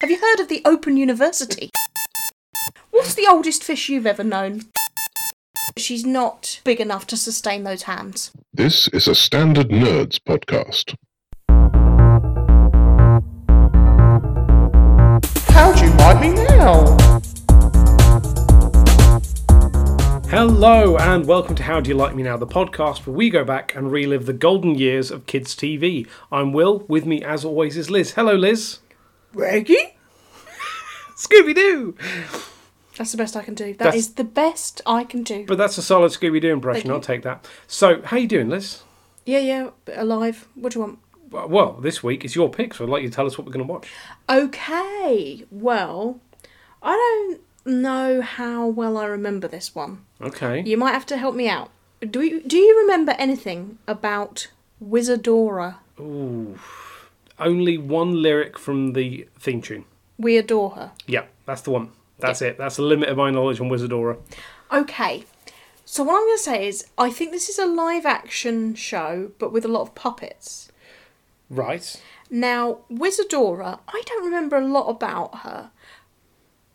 Have you heard of the Open University? What's the oldest fish you've ever known? She's not big enough to sustain those hands. This is a Standard Nerds podcast. How'd you mind me now? Hello, and welcome to How Do You Like Me Now, the podcast where we go back and relive the golden years of kids' TV. I'm Will, with me as always is Liz. Hello, Liz. Reggie? Scooby Doo! That's the best I can do. That's... That's- the best I can do. But that's a solid Scooby Doo impression, Thank you. I'll take that. So, how you doing, Liz? Yeah, yeah, alive. What do you want? Well, Well, this week it's your pick, so I'd like you to tell us what we're going to watch. Okay, well, I don't know how well I remember this one. Okay. You might have to help me out. Do you, do you remember anything about Wizardora? Only one lyric from the theme tune. We adore her. Yeah, that's the one. That's it. That's the limit of my knowledge on Wizardora. Okay. So what I'm going to say is, I think this is a live action show, but with a lot of puppets. Right. Now, Wizardora, I don't remember a lot about her,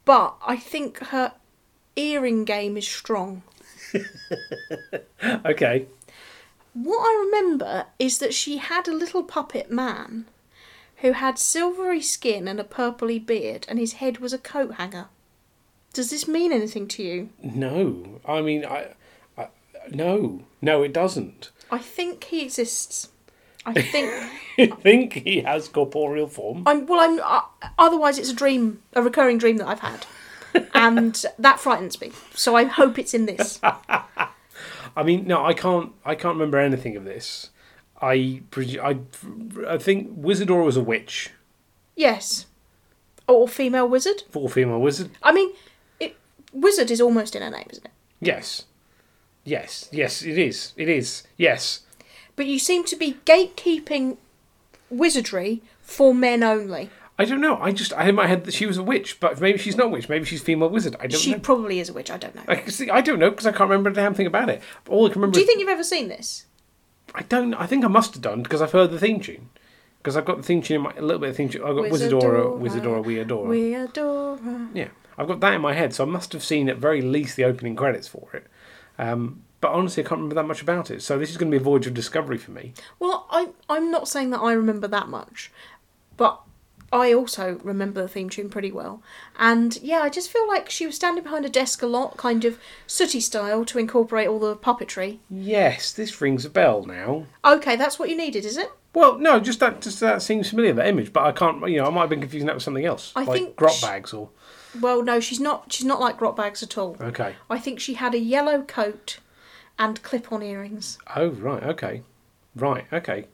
but I think her earring game is strong. Okay. What I remember is that she had a little puppet man who had silvery skin and a purpley beard, and his head was a coat hanger. Does this mean anything to you? No. I mean, I. I no. No, it doesn't. I think he exists. I think I think he has corporeal form. I'm well. I'm uh, otherwise it's a dream, a recurring dream that I've had, and that frightens me. So I hope it's in this. I mean, no, I can't. I can't remember anything of this. I, presu- I, I think Wizardora was a witch, Yes, or female wizard. full female wizard. I mean, it, wizard is almost in her name, isn't it? Yes, yes, yes. It is. It is. Yes. But you seem to be gatekeeping wizardry for men only. I don't know. I just I had in my head that she was a witch, but maybe she's not a witch. Maybe she's female wizard. I don't She know. probably is a witch. I don't know. I, see, I don't know because I can't remember a damn thing about it. All I can remember. Do you is- think you've ever seen this? I don't. I think I must have done because I've heard the theme tune. Because I've got the theme tune. In my, a little bit of theme tune. I've got Wizardora, Wizardora, we adore. We adore. her. Yeah, I've got that in my head, so I must have seen at very least the opening credits for it. Um, but honestly, I can't remember that much about it. So this is going to be a voyage of discovery for me. Well, I, I'm not saying that I remember that much, but I also remember the theme tune pretty well. And yeah, I just feel like she was standing behind a desk a lot, kind of sooty style, to incorporate all the puppetry. Yes, this rings a bell now. Okay, that's what you needed, is it? Well, no, just that just that seems familiar that image, but I can't. You know, I might have been confusing that with something else, I like think grot sh- bags or Well, no, she's not. She's not like grot bags at all. okay. I think she had a yellow coat and clip-on earrings. Oh right, okay, right, okay.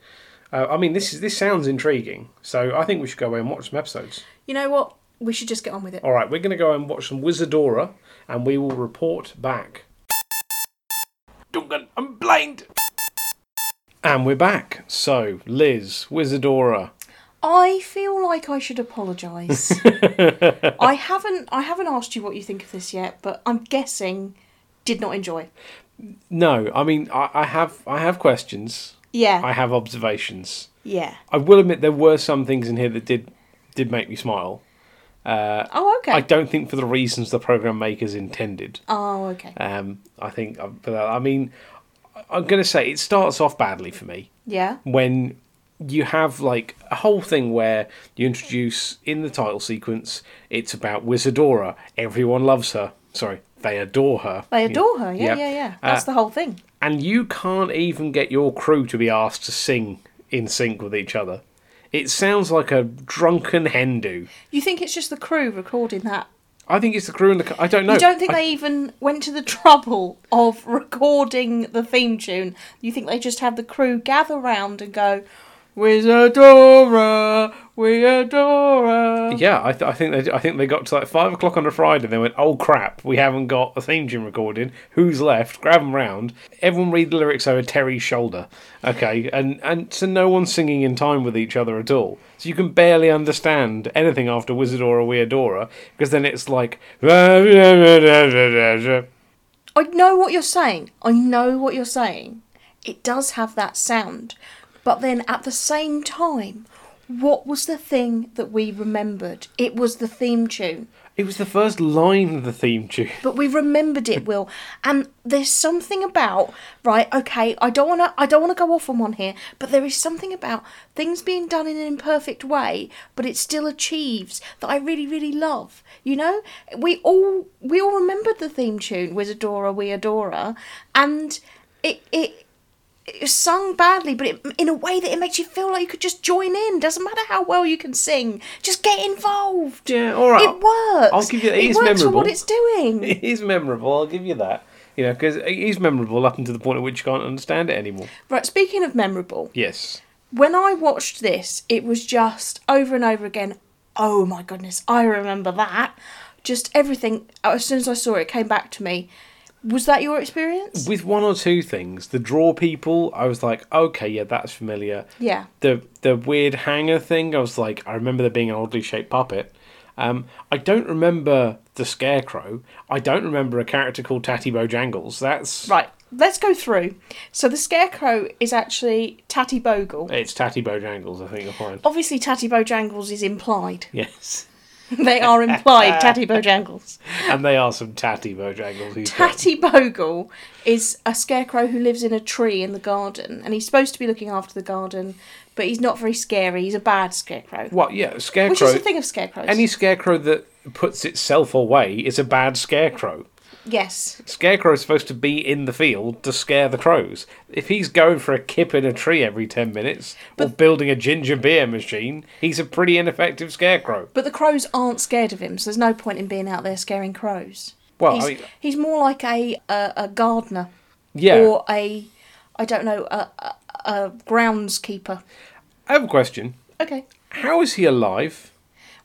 Uh, I mean, this is this sounds intriguing, so I think we should go away and watch some episodes. You know what? We should just get on with it. All right, we're going to go and watch some Wizardora, and we will report back. Duncan, I'm blind. And we're back. So, Liz, Wizardora. I feel like I should apologise. I haven't. I haven't asked you what you think of this yet, but I'm guessing did not enjoy. No, I mean, I, I have, I have questions. Yeah. I have observations. yeah. I will admit there were some things in here that did, did make me smile. Oh, okay. uh, I don't think for the reasons the program makers intended. oh, okay. Um, I think, but I mean, I'm going to say it starts off badly for me. Yeah. when you have like a whole thing where you introduce in the title sequence it's about Wizardora. Everyone loves her. Sorry, they adore her. They You- adore her. Yeah, Yep. yeah, yeah. Uh, That's the whole thing. and you can't even get your crew to be asked to sing in sync with each other. It sounds like a drunken hen do. You think it's just the crew recording that? I think it's the crew and the. co- I don't know. you don't think I- they even went to the trouble of recording the theme tune? You think they just had the crew gather round and go, Wizardora, we adore her. Yeah, I, th- I think they. I think they got to like five o'clock on a Friday. and They went, "Oh crap, we haven't got a theme tune recorded. Who's left? Grab 'em round. Everyone read the lyrics over Terry's shoulder, okay? And and so no one's singing in time with each other at all. So you can barely understand anything after Wizardora Weadora because then it's like, yeah, I know what you're saying. I know what you're saying. It does have that sound. But then at the same time, what was the thing that we remembered? It was the theme tune. It was the first line of the theme tune. but we remembered it will and there's something about right okay i don't want to i don't want to go off on one here but there is something about things being done in an imperfect way but it still achieves that i really really love you know we all we all remembered the theme tune wizardora we adora and it it it's sung badly, but it, in a way that it makes you feel like you could just join in. Doesn't matter how well you can sing, just get involved. Yeah, all right. It works. I'll give you that. It It is works for memorable. what it's doing. It is memorable. I'll give you that. You know, because it is memorable up until the point at which you can't understand it anymore. Right, speaking of memorable, Yes. when I watched this, it was just over and over again, oh my goodness, I remember that. Just everything, uh, as soon as I saw it, it came back to me. Was that your experience? With one or two things, the draw people, I was like, okay, yeah, that's familiar. Yeah. The the weird hanger thing, I was like, I remember there being an oddly shaped puppet. Um, I don't remember the scarecrow. I don't remember a character called Tatty Bojangles. That's Right, let's go through. So the scarecrow is actually Tatty Bogle. It's Tatty Bojangles. I think you'll find. Obviously, Tatty Bojangles is implied. Yes. they are implied, Tatty Bojangles. And they are some Tatty Bojangles. who's got- Tatty Bogle is a scarecrow who lives in a tree in the garden, and he's supposed to be looking after the garden, but he's not very scary. He's a bad scarecrow, Well, yeah, scarecrow. which is the thing of scarecrows. Any scarecrow that puts itself away is a bad scarecrow. yes, Scarecrow is supposed to be in the field to scare the crows. If he's going for a kip in a tree every 10 minutes or building a ginger beer machine, he's a pretty ineffective scarecrow. but the crows aren't scared of him, so there's no point in being out there scaring crows. Well, he's, I mean- he's more like a a, a gardener Yeah. or a I don't know a, a, a groundskeeper. I have a question. Okay, How is he alive?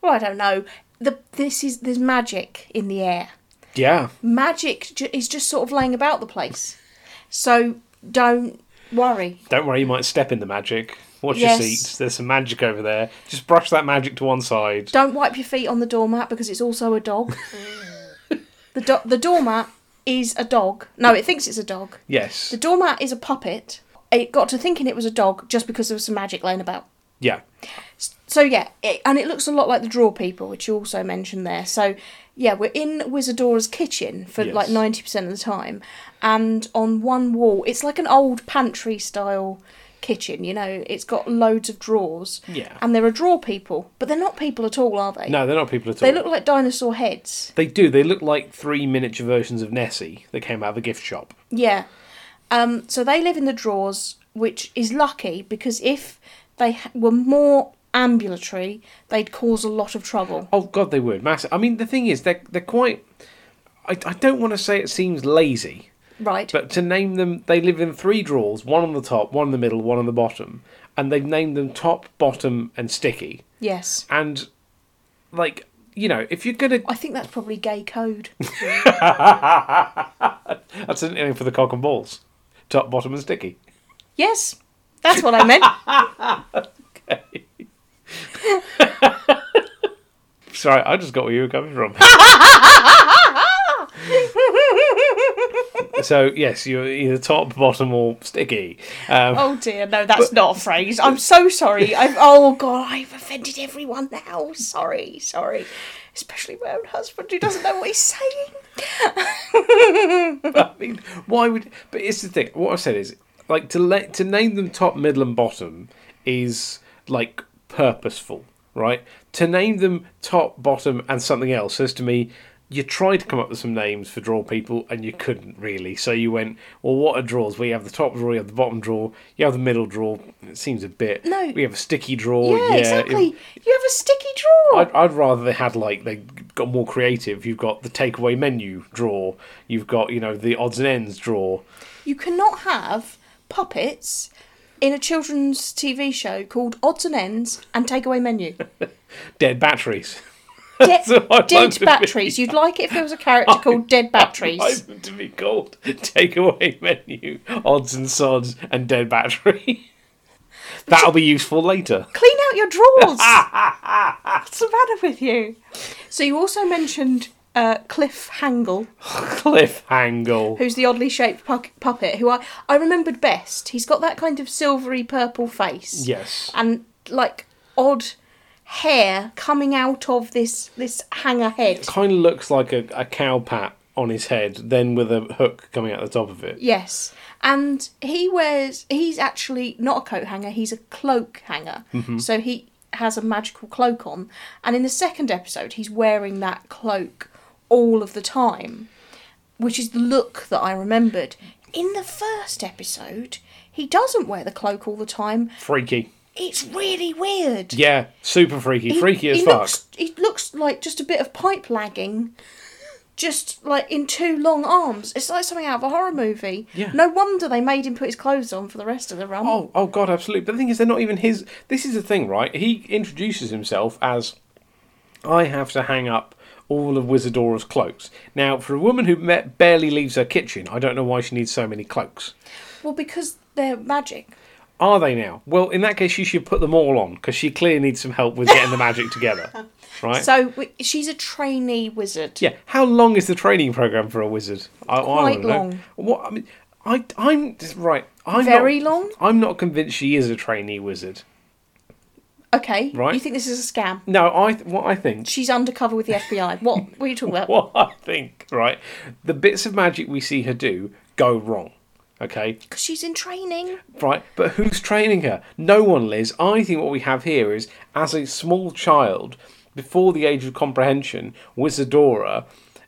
well I don't know. The, this is there's magic in the air. Yeah. magic ju- is just sort of laying about the place. So don't worry. Don't worry, you might step in the magic. Watch Yes. your seats. There's some magic over there. Just brush that magic to one side. Don't wipe your feet on the doormat because it's also a dog. the do- the doormat is a dog. No, it thinks it's a dog. Yes. The doormat is a puppet. It got to thinking it was a dog just because there was some magic laying about. Yeah. So yeah, it, and it looks a lot like the draw people, which you also mentioned there. So yeah, we're in Wizardora's kitchen for Yes. like ninety percent of the time, and on one wall, it's like an old pantry style kitchen. You know, it's got loads of drawers. Yeah. and there are draw people, but they're not people at all, are they? No, they're not people at all. they look like dinosaur heads. They do. They look like three miniature versions of Nessie that came out of a gift shop. Yeah, um, so they live in the drawers, which is lucky because if they ha- were more ambulatory, they'd cause a lot of trouble. Oh God, they would massive. I mean, the thing is, they're they're quite. I, I don't want to say it seems lazy, Right. but to name them, they live in three drawers: one on the top, one in the middle, one on the bottom, and they've named them top, bottom, and sticky. yes. And like you know, if you're gonna, I think that's probably gay code. that's an name for the cock and balls: top, bottom, and sticky. yes, that's what I meant. Sorry, I just got where you were coming from. so yes, you're either top, bottom, or sticky. Um, oh dear, no, that's not a phrase. I'm so sorry. I've, oh god, I've offended everyone now. Sorry, sorry. Especially my own husband who doesn't know what he's saying. I mean, why would? But it's the thing. What I said is like to let to name them top, middle, and bottom is like purposeful, right? To name them top, bottom, and something else says to me. You tried to come up with some names for draw people and you couldn't really. So you went, well, what are drawers? We have the top drawer, you have the bottom drawer, you have the middle drawer. It seems a bit. No. We have a sticky drawer. yeah, Oh, it- exactly. You have a sticky drawer. I'd, I'd rather they had like they got more creative. You've got the takeaway menu drawer. You've got you know the odds and ends drawer. You cannot have puppets in a children's TV show called Odds and Ends and Takeaway Menu. dead batteries. Dead, what I'd like dead to be. batteries. You'd like it if there was a character called Dead Batteries. I'd like them to be called takeaway menu, odds and sods, and dead battery. That'll be useful later. Clean out your drawers. What's the matter with you? So you also mentioned uh, Cliff Hangle, Cliffhanger. who's the oddly shaped pu- puppet, who I I remembered best. He's got that kind of silvery purple face. Yes. And like odd hair coming out of this this hanger head. Kind of looks like a, a cow pat on his head, then with a hook coming out the top of it. Yes. And he wears, he's actually not a coat hanger, he's a cloak hanger. So he has a magical cloak on. And in the second episode, he's wearing that cloak all of the time, which is the look that I remembered. In the first episode, he doesn't wear the cloak all the time. Freaky. It's really weird. Yeah, super freaky. freaky as he fuck. Looks, he looks like just a bit of pipe lagging, just like in two long arms. It's like something out of a horror movie. Yeah. No wonder they made him put his clothes on for the rest of the run. Oh, oh God, absolutely. But the thing is, they're not even his. This is the thing, right? He introduces himself as, "I have to hang up all of Wizardora's cloaks." Now, for a woman who ma- barely leaves her kitchen, I don't know why she needs so many cloaks. Well, because they're magic. Are they now? Well, in that case, she should put them all on because she clearly needs some help with getting the magic together, right? So we, she's a trainee wizard. Yeah. How long is the training program for a wizard? I, I Quite wanna know. long. What I mean, I I'm right. I'm Very not- long? I'm not convinced she is a trainee wizard. Okay. Right. You think this is a scam? No, I th- what I think She's undercover with the FBI. What? What are you talking about? what I think, right? The bits of magic we see her do go wrong. Okay, Because she's in training. right? But who's training her? No one, Liz. I think what we have here is as a small child, before the age of comprehension, Wizardora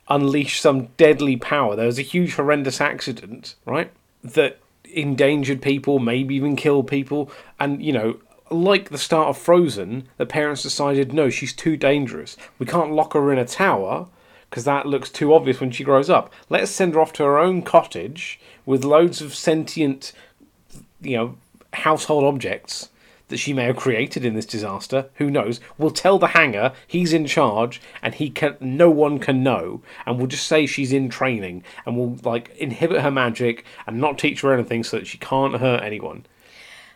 unleashed some deadly power. There was a huge, horrendous accident, right? That endangered people, maybe even killed people. And, you know, like the start of Frozen, the parents decided no, she's too dangerous. We can't lock her in a tower because that looks too obvious when she grows up. Let's send her off to her own cottage with loads of sentient you know, household objects that she may have created in this disaster, who knows, will tell the hanger he's in charge and he can no one can know and will just say she's in training and will like inhibit her magic and not teach her anything so that she can't hurt anyone.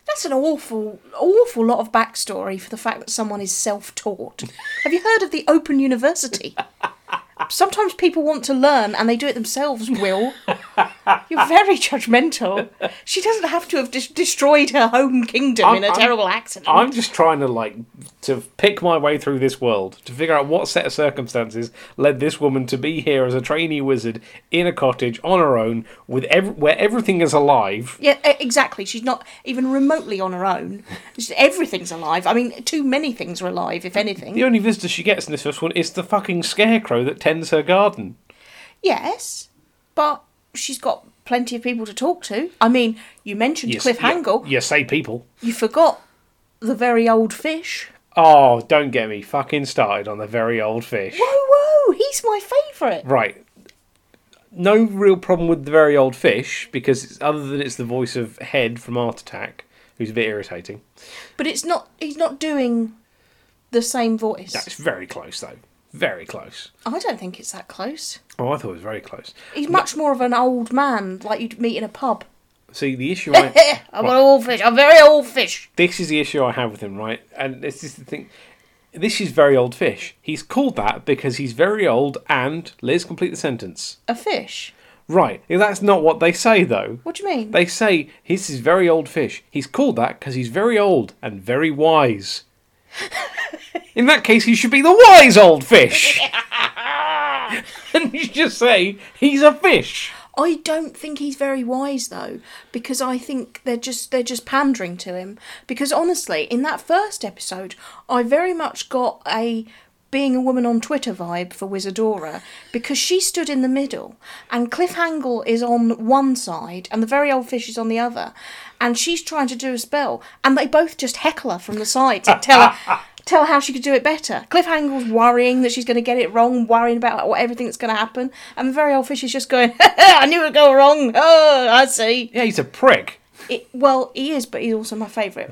That's an awful, awful lot of backstory for the fact that someone is self taught. Have you heard of the Open University? Sometimes people want to learn and they do it themselves, Will. You're very judgmental. She doesn't have to have de- destroyed her home kingdom in a I'm- terrible accident. I'm just trying to like to pick my way through this world to figure out what set of circumstances led this woman to be here as a trainee wizard in a cottage on her own with ev- where everything is alive yeah, e- exactly. She's not even remotely on her own. Just everything's alive. I mean, too many things are alive, if anything. The only visitor she gets in this first one is the fucking scarecrow that tends her garden. Yes, but she's got plenty of people to talk to. I mean, you mentioned Cliff yeah, Hangle. You say people. You forgot the very old fish. Oh, don't get me fucking started on the very old fish. Whoa, whoa, he's my favourite. Right. No real problem with the very old fish because it's, other than it's the voice of Head from Art Attack, who's a bit irritating. But it's not, he's not doing the same voice. That's very close though. Very close. I don't think it's that close. Oh, I thought it was very close. He's much more of an old man, like you'd meet in a pub. See, the issue I Eh, I'm an old fish, I'm very old fish. this is the issue I have with him, right? And this is the thing. This is very old fish. He's called that because he's very old and Liz complete the sentence. A fish? Right. That's not what they say though. What do you mean? They say this is very old fish. He's called that because he's very old and very wise. In that case, he should be the wise old fish. and you just say he's a fish. I don't think he's very wise though, because I think they're just they're just pandering to him. Because honestly, in that first episode, I very much got a being a woman on Twitter vibe for Wizardora because she stood in the middle and Cliff Hangle is on one side and the very old fish is on the other and she's trying to do a spell and they both just heckle her from the sides and tell her tell her how she could do it better. Cliff Hangle's worrying that she's going to get it wrong, worrying about what everything that's going to happen, and the very old fish is just going, "I knew it'd go wrong. Oh, I see." Yeah, he's a prick. It, well, he is, but he's also my favourite.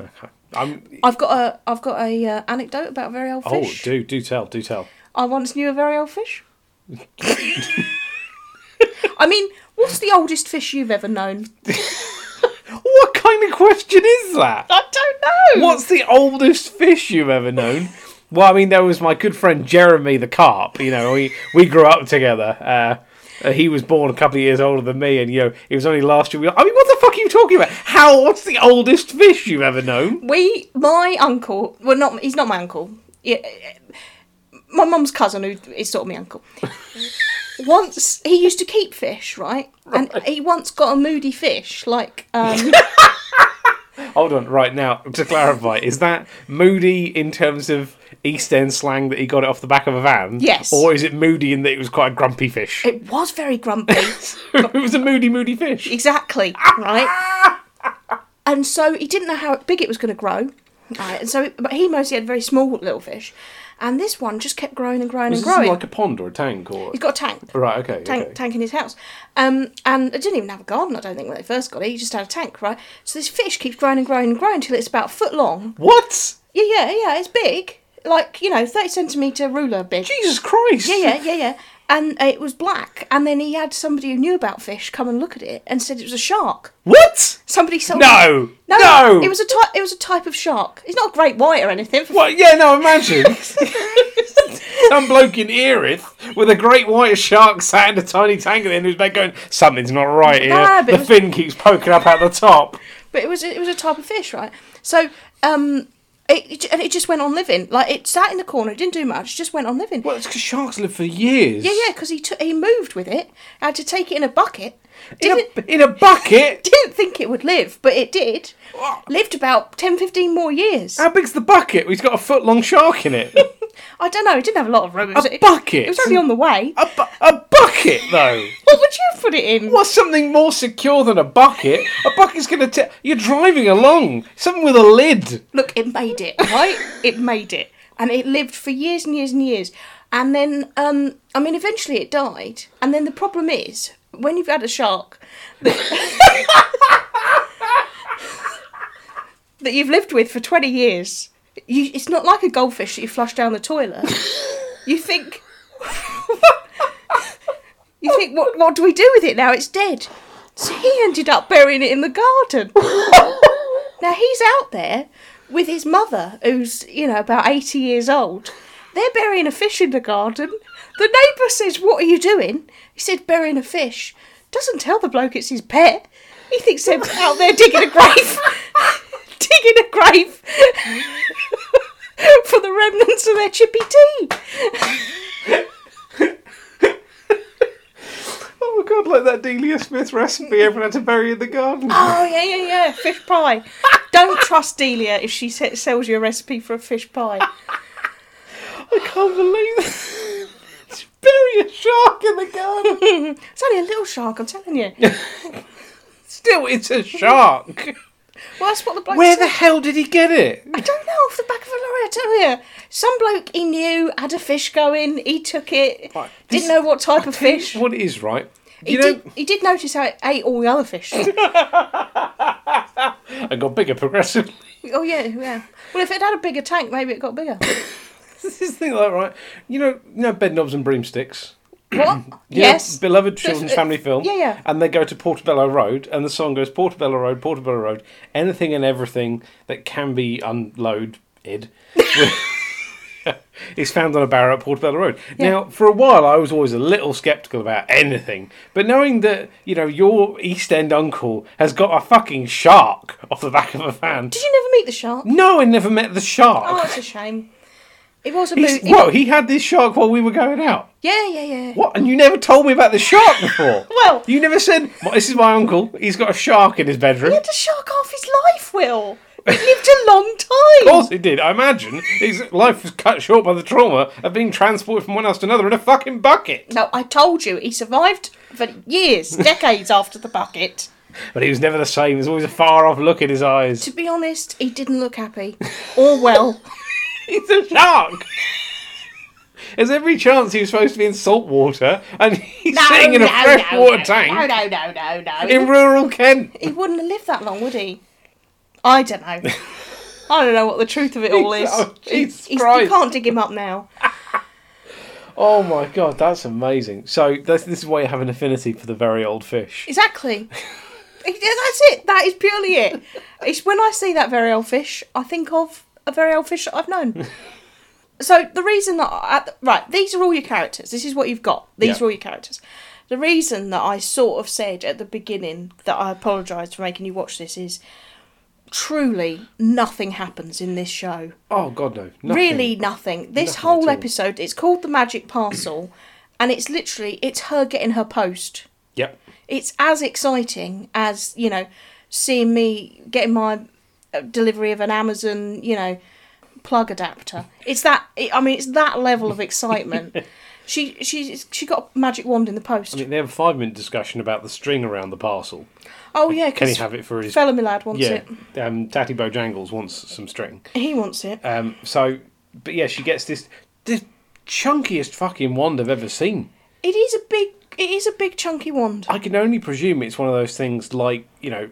I'm. I've got a I've got a uh, anecdote about a very old Oh, fish. do do tell, do tell. I once knew a very old fish. I mean, what's the oldest fish you've ever known? What kind of question is that? I don't know. What's the oldest fish you've ever known? Well, I mean, there was my good friend Jeremy the carp. You know, we we grew up together. Uh, Uh, he was born a couple of years older than me, and you know, it was only last year. We I mean, what the fuck are you talking about? How? What's the oldest fish you've ever known? We, my uncle, well, not he's not my uncle. Yeah, my mum's cousin, who is sort of my uncle. once he used to keep fish, right? And he once got a moody fish, like um, Hold on, right now to clarify, is that moody in terms of East End slang that he got it off the back of a van? Yes. Or is it moody in that it was quite a grumpy fish? It, it was very grumpy. was a moody, moody fish. exactly, right? And so he didn't know how big it was going to grow. Right, and so, but he mostly had very small little fish, and this one just kept growing and growing Is and this growing. like a pond or a tank or? He's got a tank. Right. Okay. tank, okay. tank in his house. Um, and it didn't even have a garden, I don't think, when they first got it. He just had a tank, right? So this fish keeps growing and growing and growing until it's about a foot long. What? Yeah, yeah, yeah, it's big. Like, you know, 30 centimetre ruler big. Jesus Christ. Yeah, yeah, yeah, yeah. And uh, it was black. And then he had somebody who knew about fish come and look at it and said it was a shark. What? Somebody sold No. No, No. It was a type. It was a type of shark. It's not a great white or anything. for Well, yeah, no, imagine. Some bloke in Erith with a great white shark sat in a tiny tank and then his back going, Something's not right here. No, but the it was- fin keeps poking up out the top. but it was it was a type of fish, right? So um, it, it ju- and it just went on living. Like it sat in the corner, it didn't do much, it just went on living. Well, it's because sharks live for years. Yeah, yeah, because he took he moved with it. had to take it in a bucket. In Didn't a, in a bucket? didn't think it would live, but it did. Lived about 10, 15 more years. How big's the bucket? He's got a foot long shark in it. I don't know. It didn't have a lot of room. It was, it- bucket? It was only on the way. a, bu- a bucket, though. What would you put it in? What's something more secure than a bucket? A bucket's going to tell. You're driving along. Something with a lid. Look, it made it, right? it made it, and it lived for years and years and years. And then, um, I mean, eventually it died. And then the problem is when you've had a shark that, that you've lived with for twenty years, you, it's not like a goldfish that you flush down the toilet. you think. You think what? What do we do with it now? It's dead. So he ended up burying it in the garden. Now he's out there with his mother, who's you know about eighty years old. They're burying a fish in the garden. The neighbour says, "What are you doing?" He said, "Burying a fish." Doesn't tell the bloke it's his pet. He thinks they're out there digging a grave, digging a grave for the remnants of their chippy tea. Oh my god, like that Delia Smith recipe everyone had to bury in the garden. Oh yeah, yeah, yeah, fish pie. Don't trust Delia if she se- sells you a recipe for a fish pie. I can't believe that. bury a shark in the garden. It's only a little shark, I'm telling you. Well, Still, it's a shark. that's what the bloke Where said. the hell did he get it? I don't know off the back of a lorry, I tell you. Some bloke he knew had a fish going, he took it, Right, this- didn't know what type of fish. What it is, right? he, You know, did, he did notice how it ate all the other fish. Oh, I got bigger progressively. oh, yeah, yeah. Well, if it had a bigger tank, maybe it got bigger. this is the thing like that, right? You know, you know, bed knobs and broomsticks. what? You know, yes. beloved children's uh, family film. yeah, yeah. And they go to Portobello Road, and the song goes Portobello Road, Portobello Road. Anything and everything that can be unloaded is found on a barrow at Portobello Road. Now, for a while, I was always a little sceptical about anything, but knowing that you know your East End uncle has got a fucking shark off the back of a van. Did you never meet the shark? No, I never met Oh, the shark. it's a shame. It was a He's- mood. Whoa, he had this shark while we were going out. Yeah, yeah, yeah. What? And you never told me about the shark before. Well- you never said "Well, this is my uncle. He's got a shark in his bedroom. He had a shark half his life, Will. He lived a long time. Of course he did. I imagine his life was cut short by the trauma of being transported from one house to another in a fucking bucket. No, I told you, he survived for years, decades after the bucket. But he was never the same. There's always a far off look in his eyes. To be honest, he didn't look happy or well. He's a shark. There's every chance he was supposed to be in salt water, and he's sitting in a freshwater no, tank No, no, no, no, no. in rural Kent. he wouldn't have lived that long, would he? I don't know. I don't know what the truth of it all is. Oh, Jesus He's- you Christ. can't dig him up now. Oh my god, that's amazing. So this, this is why you have an affinity for the very old fish. Exactly. Yeah, That's it. That is purely it. It's when I see that very old fish, I think of a very old fish that I've known. So the reason that I, at the- right, these are all your characters. This is what you've got. These Yeah. are all your characters. The reason that I sort of said at the beginning that I apologised for making you watch this is truly nothing happens in this show. Oh God, no. Nothing. Really nothing. This Nothing at whole all. episode, it's called The Magic Parcel, and it's literally, it's her getting her post Yep. it's as exciting as you know seeing me getting my uh, delivery of an Amazon you know plug adapter. It's that it, I mean it's that level of excitement. she she she got a magic wand in the post. I mean, they have a five-minute discussion about the string around the parcel. oh yeah, Can he because have it for his? fella my lad wants yeah. it. Um, Daddy Bojangles wants some string. He wants it. Um, so, but yeah, she gets this the chunkiest fucking wand I've ever seen. It is a big it is a big chunky wand. I can only presume it's one of those things like you know,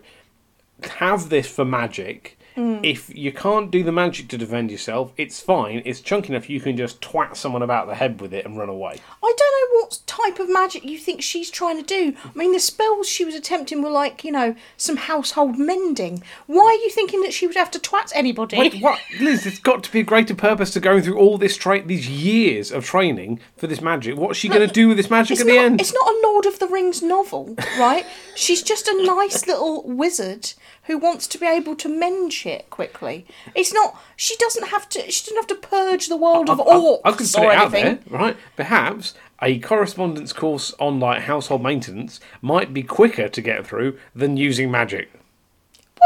have this for magic. Mm. If you can't do the magic to defend yourself, it's fine. It's chunky enough you can just twat someone about the head with it and run away. I don't know what type of magic you think she's trying to do. I mean, the spells she was attempting were like, you know, some household mending. Why are you thinking that she would have to twat anybody? Wait, what, Liz? There's got to be a greater purpose to going through all this tra- these years of training for this magic. What's she going to do with this magic It's at the not, end? it's not a Lord of the Rings novel, right? She's just a nice little wizard who wants to be able to mend shit quickly. It's not. She doesn't have to. She doesn't have to purge the world of orcs I can put or it out anything. there, right? Perhaps a correspondence course on like household maintenance might be quicker to get through than using magic.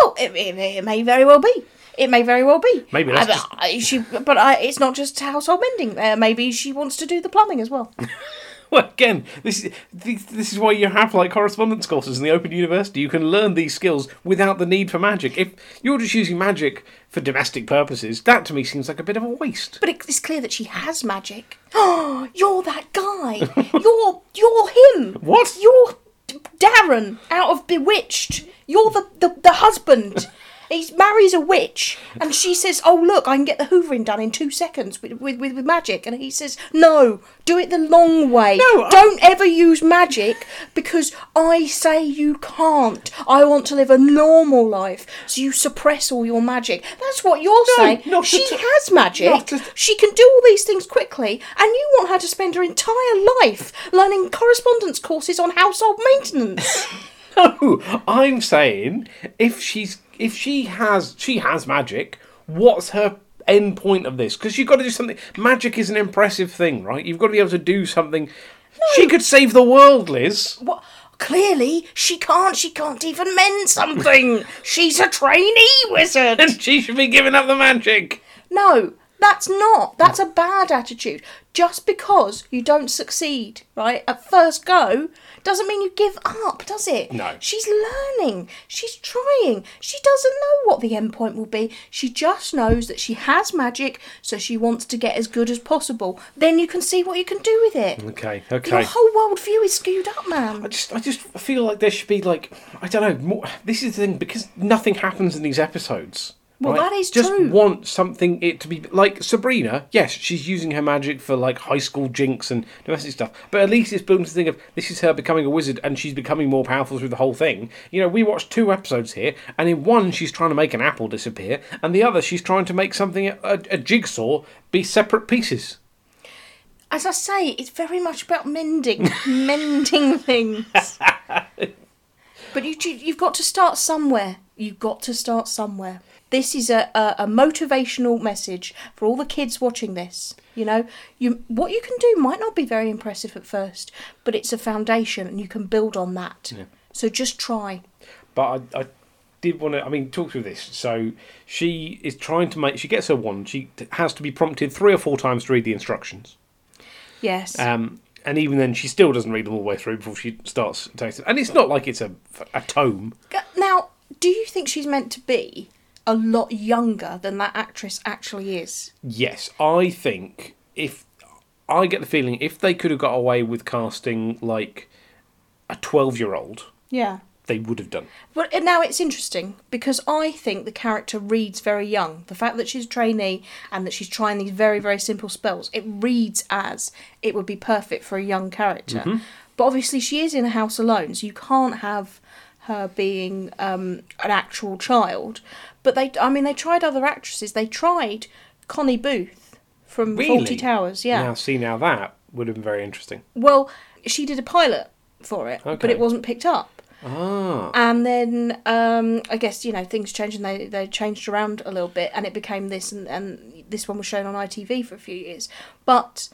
Well, it, it, it may very well be. It may very well be. Maybe that's Uh, but just- I- she, but I, it's not just household mending. Uh, maybe she wants to do the plumbing as well. Well, again, this is this, this is why you have like correspondence courses in the Open University. You can learn these skills without the need for magic. If you're just using magic for domestic purposes, that to me seems like a bit of a waste. But it, it's clear that she has magic. Oh, you're that guy. You're you're him. What? You're D- Darren out of Bewitched. You're the the, the husband. He marries a witch, and she says, "Oh look, I can get the hoovering done in two seconds with with, with, with magic." And he says, "No, do it the long way. No, I- don't ever use magic because I say you can't. I want to live a normal life, so you suppress all your magic. That's what you're No, saying. not she at all. has magic." Not at- She can do all these things quickly, and you want her to spend her entire life learning correspondence courses on household maintenance. No, I'm saying if she's if she has she has magic, what's her end point of this? Because you've got to do something. Magic is an impressive thing, right? You've got to be able to do something. She could save the world, Liz. what? Clearly, she can't. She can't even mend something. She's a trainee wizard. And she should be giving up the magic. No, that's not. That's a bad attitude. Just because you don't succeed, right, at first go, doesn't mean you give up, does it? No. She's learning. She's trying. She doesn't know what the end point will be. She just knows that she has magic, so she wants to get as good as possible. Then you can see what you can do with it. Okay, Your okay. whole world view is skewed up, man. I just, I just feel like there should be like, I don't know. More, this is the thing because nothing happens in these episodes. Well, right? that is just true. want something it to be like Sabrina. Yes, she's using her magic for like high school jinx and domestic stuff, but at least it's building to the thing of this is her becoming a wizard and she's becoming more powerful through the whole thing. You know, we watched two episodes here, and in one she's trying to make an apple disappear, and the other she's trying to make something a, a jigsaw be separate pieces. As I say, it's very much about mending, mending things. but you, you, you've got to start somewhere. You've got to start somewhere. This is a, a, a motivational message for all the kids watching this. You know, you what you can do might not be very impressive at first, but it's a foundation and you can build on that. So just try. but I, I did want to. I mean, talk through this. So she is trying to make. She gets her wand. She t- has to be prompted three or four times to read the instructions. Yes. Um, and even then, she still doesn't read them all the way through before she starts tasting. And it's not like it's a a tome. G- now, do you think she's meant to be a lot younger than that actress actually is? Yes, I think if I get the feeling if they could have got away with casting like a twelve-year-old, Yeah. they would have done. But uh, now it's interesting because I think the character reads very young. The fact that she's a trainee and that she's trying these very, very simple spells, it reads as it would be perfect for a young character. But obviously, she is in a house alone, so you can't have her being um, an actual child. But they, I mean, they tried other actresses. They tried Connie Booth from Faulty Towers. Now, see, now that would have been very interesting. Well, she did a pilot for it, but Okay. it wasn't picked up. Ah, And then um, I guess you know things changed and they, they changed around a little bit, and it became this, and, and this one was shown on ITV for a few years. But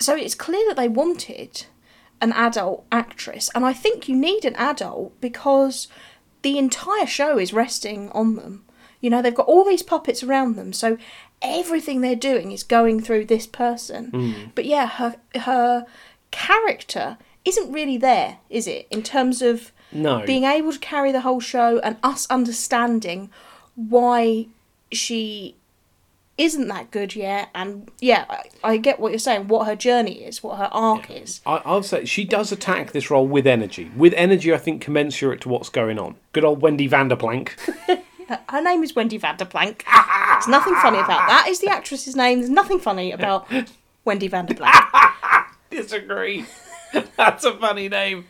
so it's clear that they wanted an adult actress, and I think you need an adult because the entire show is resting on them. You know, they've got all these puppets around them, so everything they're doing is going through this person. But yeah, her her character isn't really there, is it? In terms of No. being able to carry the whole show and us understanding why she isn't that good yet and yeah I, I get what you're saying what her journey is what her arc is I, I'll say she does attack this role with energy. With energy, I think commensurate to what's going on. Good old Wendy Vanderplank. her, her name is wendy vanderplank there's nothing funny about that is the actress's name there's nothing funny about wendy vanderplank Disagree. That's a funny name.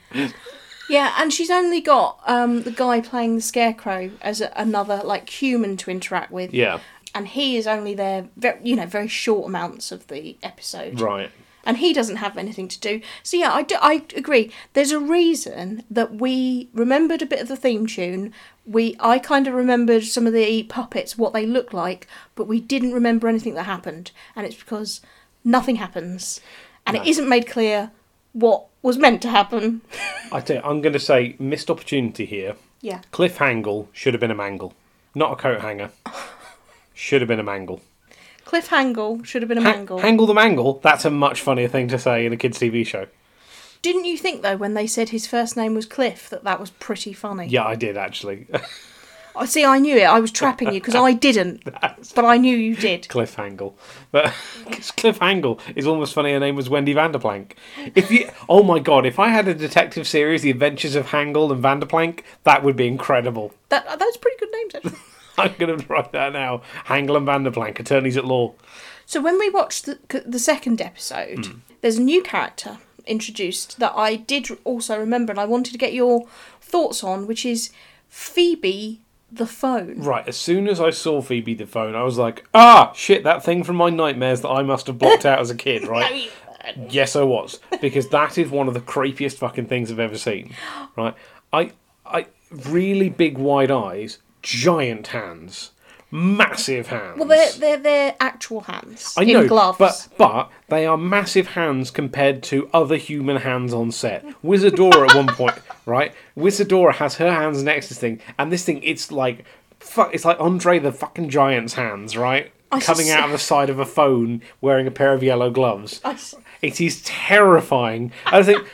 yeah and she's only got um, the guy playing the scarecrow as a, another like human to interact with Yeah. and he is only there very, you know very short amounts of the episode Right. and he doesn't have anything to do. So yeah, I, do, I agree. There's a reason that we remembered a bit of the theme tune. We I kind of remembered some of the puppets, what they look like, but we didn't remember anything that happened, and it's because nothing happens, and it isn't made clear what was meant to happen. I tell you, I'm going to say missed opportunity here. Yeah, Cliff Hangle should have been a mangle, not a coat hanger. Should have been a mangle. Cliff Hangle should have been a Ha- mangle. Hangle the mangle. That's a much funnier thing to say in a kids' TV show. didn't you think though when they said his first name was Cliff that that was pretty funny? Yeah, I did actually. I see. I knew it. I was trapping you because I didn't, but I knew you did. Cliff Hangle, but 'cause Cliff Hangle is almost funny. Her name was Wendy Vanderplank. If you, oh my god, if I had a detective series, The Adventures of Hangle and Vanderplank, that would be incredible. That that was pretty good names actually. I'm going to write that now. Hangle and Vanderplank, attorneys at law. So when we watched the, c- the second episode, Hmm. there's a new character introduced that I did also remember, and I wanted to get your thoughts on, which is Phoebe the phone. Right, as soon as I saw Phoebe the phone, I was like, ah, shit, that thing from my nightmares that I must have blocked out as a kid, right? yes, I was, because that is one of the creepiest fucking things I've ever seen, right? I, I, really big wide eyes, giant hands, massive hands. Well, they're they're their actual hands I know, in gloves. but but they are massive hands compared to other human hands on set. Wizardora at one point, right? Wizardora has her hands next to this thing, and this thing it's like, fuck, it's like Andre the fucking Giant's hands, right? I Coming just- out of the side of a phone, wearing a pair of yellow gloves. I s- It is terrifying. I think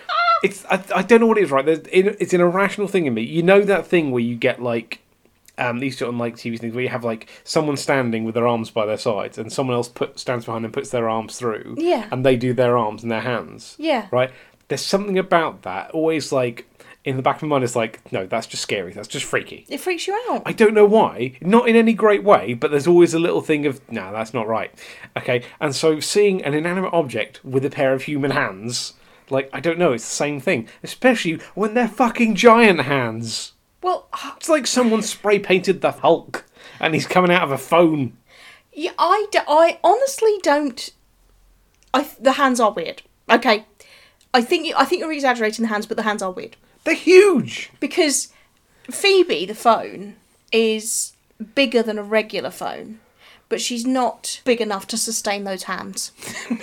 it's. I, I don't know what it is. Right, There's, it, it's an irrational thing in me. You know that thing where you get like. Um, these sort of like TV things where you have like someone standing with their arms by their sides and someone else put, stands behind and puts their arms through Yeah. and they do their arms and their hands Yeah. right there's something about that always like in the back of my mind is like no that's just scary that's just freaky it freaks you out. I don't know why, not in any great way, but there's always a little thing of, nah, that's not right. Okay, and so seeing an inanimate object with a pair of human hands, like, I don't know, it's the same thing, especially when they're fucking giant hands. well, It's like someone spray painted the Hulk and he's coming out of a phone. yeah, I, d- I honestly don't. I th- the hands are weird. Okay, I think you, I think you're exaggerating the hands, but the hands are weird. They're huge! because Phoebe, the phone, is bigger than a regular phone, but she's not big enough to sustain those hands.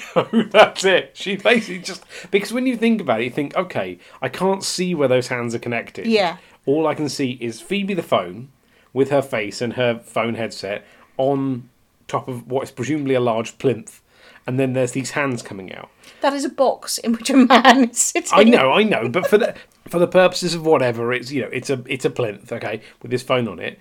That's it. She basically just because when you think about it, you think, okay, I can't see where those hands are connected. Yeah. All I can see is Phoebe the phone with her face and her phone headset on top of what is presumably a large plinth, and then there's these hands coming out. That is a box in which a man is sitting. I know, I know, but for the for the purposes of whatever, it's you know, it's a it's a plinth, okay, with this phone on it.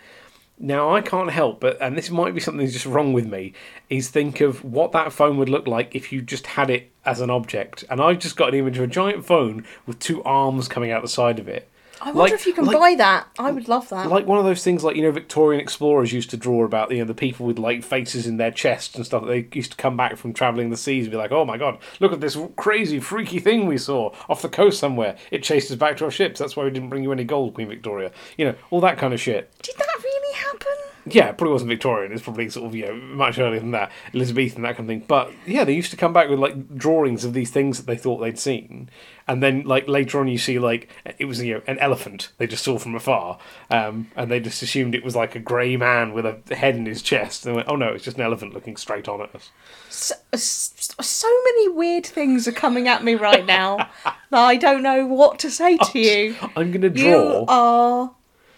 Now I can't help but, and this might be something that's just wrong with me, is think of what that phone would look like if you just had it as an object. And I've just got an image of a giant phone with two arms coming out the side of it. I wonder if you can buy that. I would love that. Like one of those things, like you know, Victorian explorers used to draw about you know the people with like faces in their chests and stuff. They used to come back from traveling the seas and be like, "Oh my god, look at this crazy, freaky thing we saw off the coast somewhere. It chased us back to our ships. That's why we didn't bring you any gold, Queen Victoria. You know, all that kind of shit." Did that really happen? yeah, it probably wasn't Victorian. It's probably sort of you know much earlier than that, Elizabethan that kind of thing. But yeah, they used to come back with like drawings of these things that they thought they'd seen, and then like later on you see like it was you know an elephant they just saw from afar, um, and they just assumed it was like a grey man with a head in his chest, and they went, oh no, it's just an elephant looking straight on at us. So, uh, so many weird things are coming at me right now that I don't know what to say to you. I'm gonna You draw. are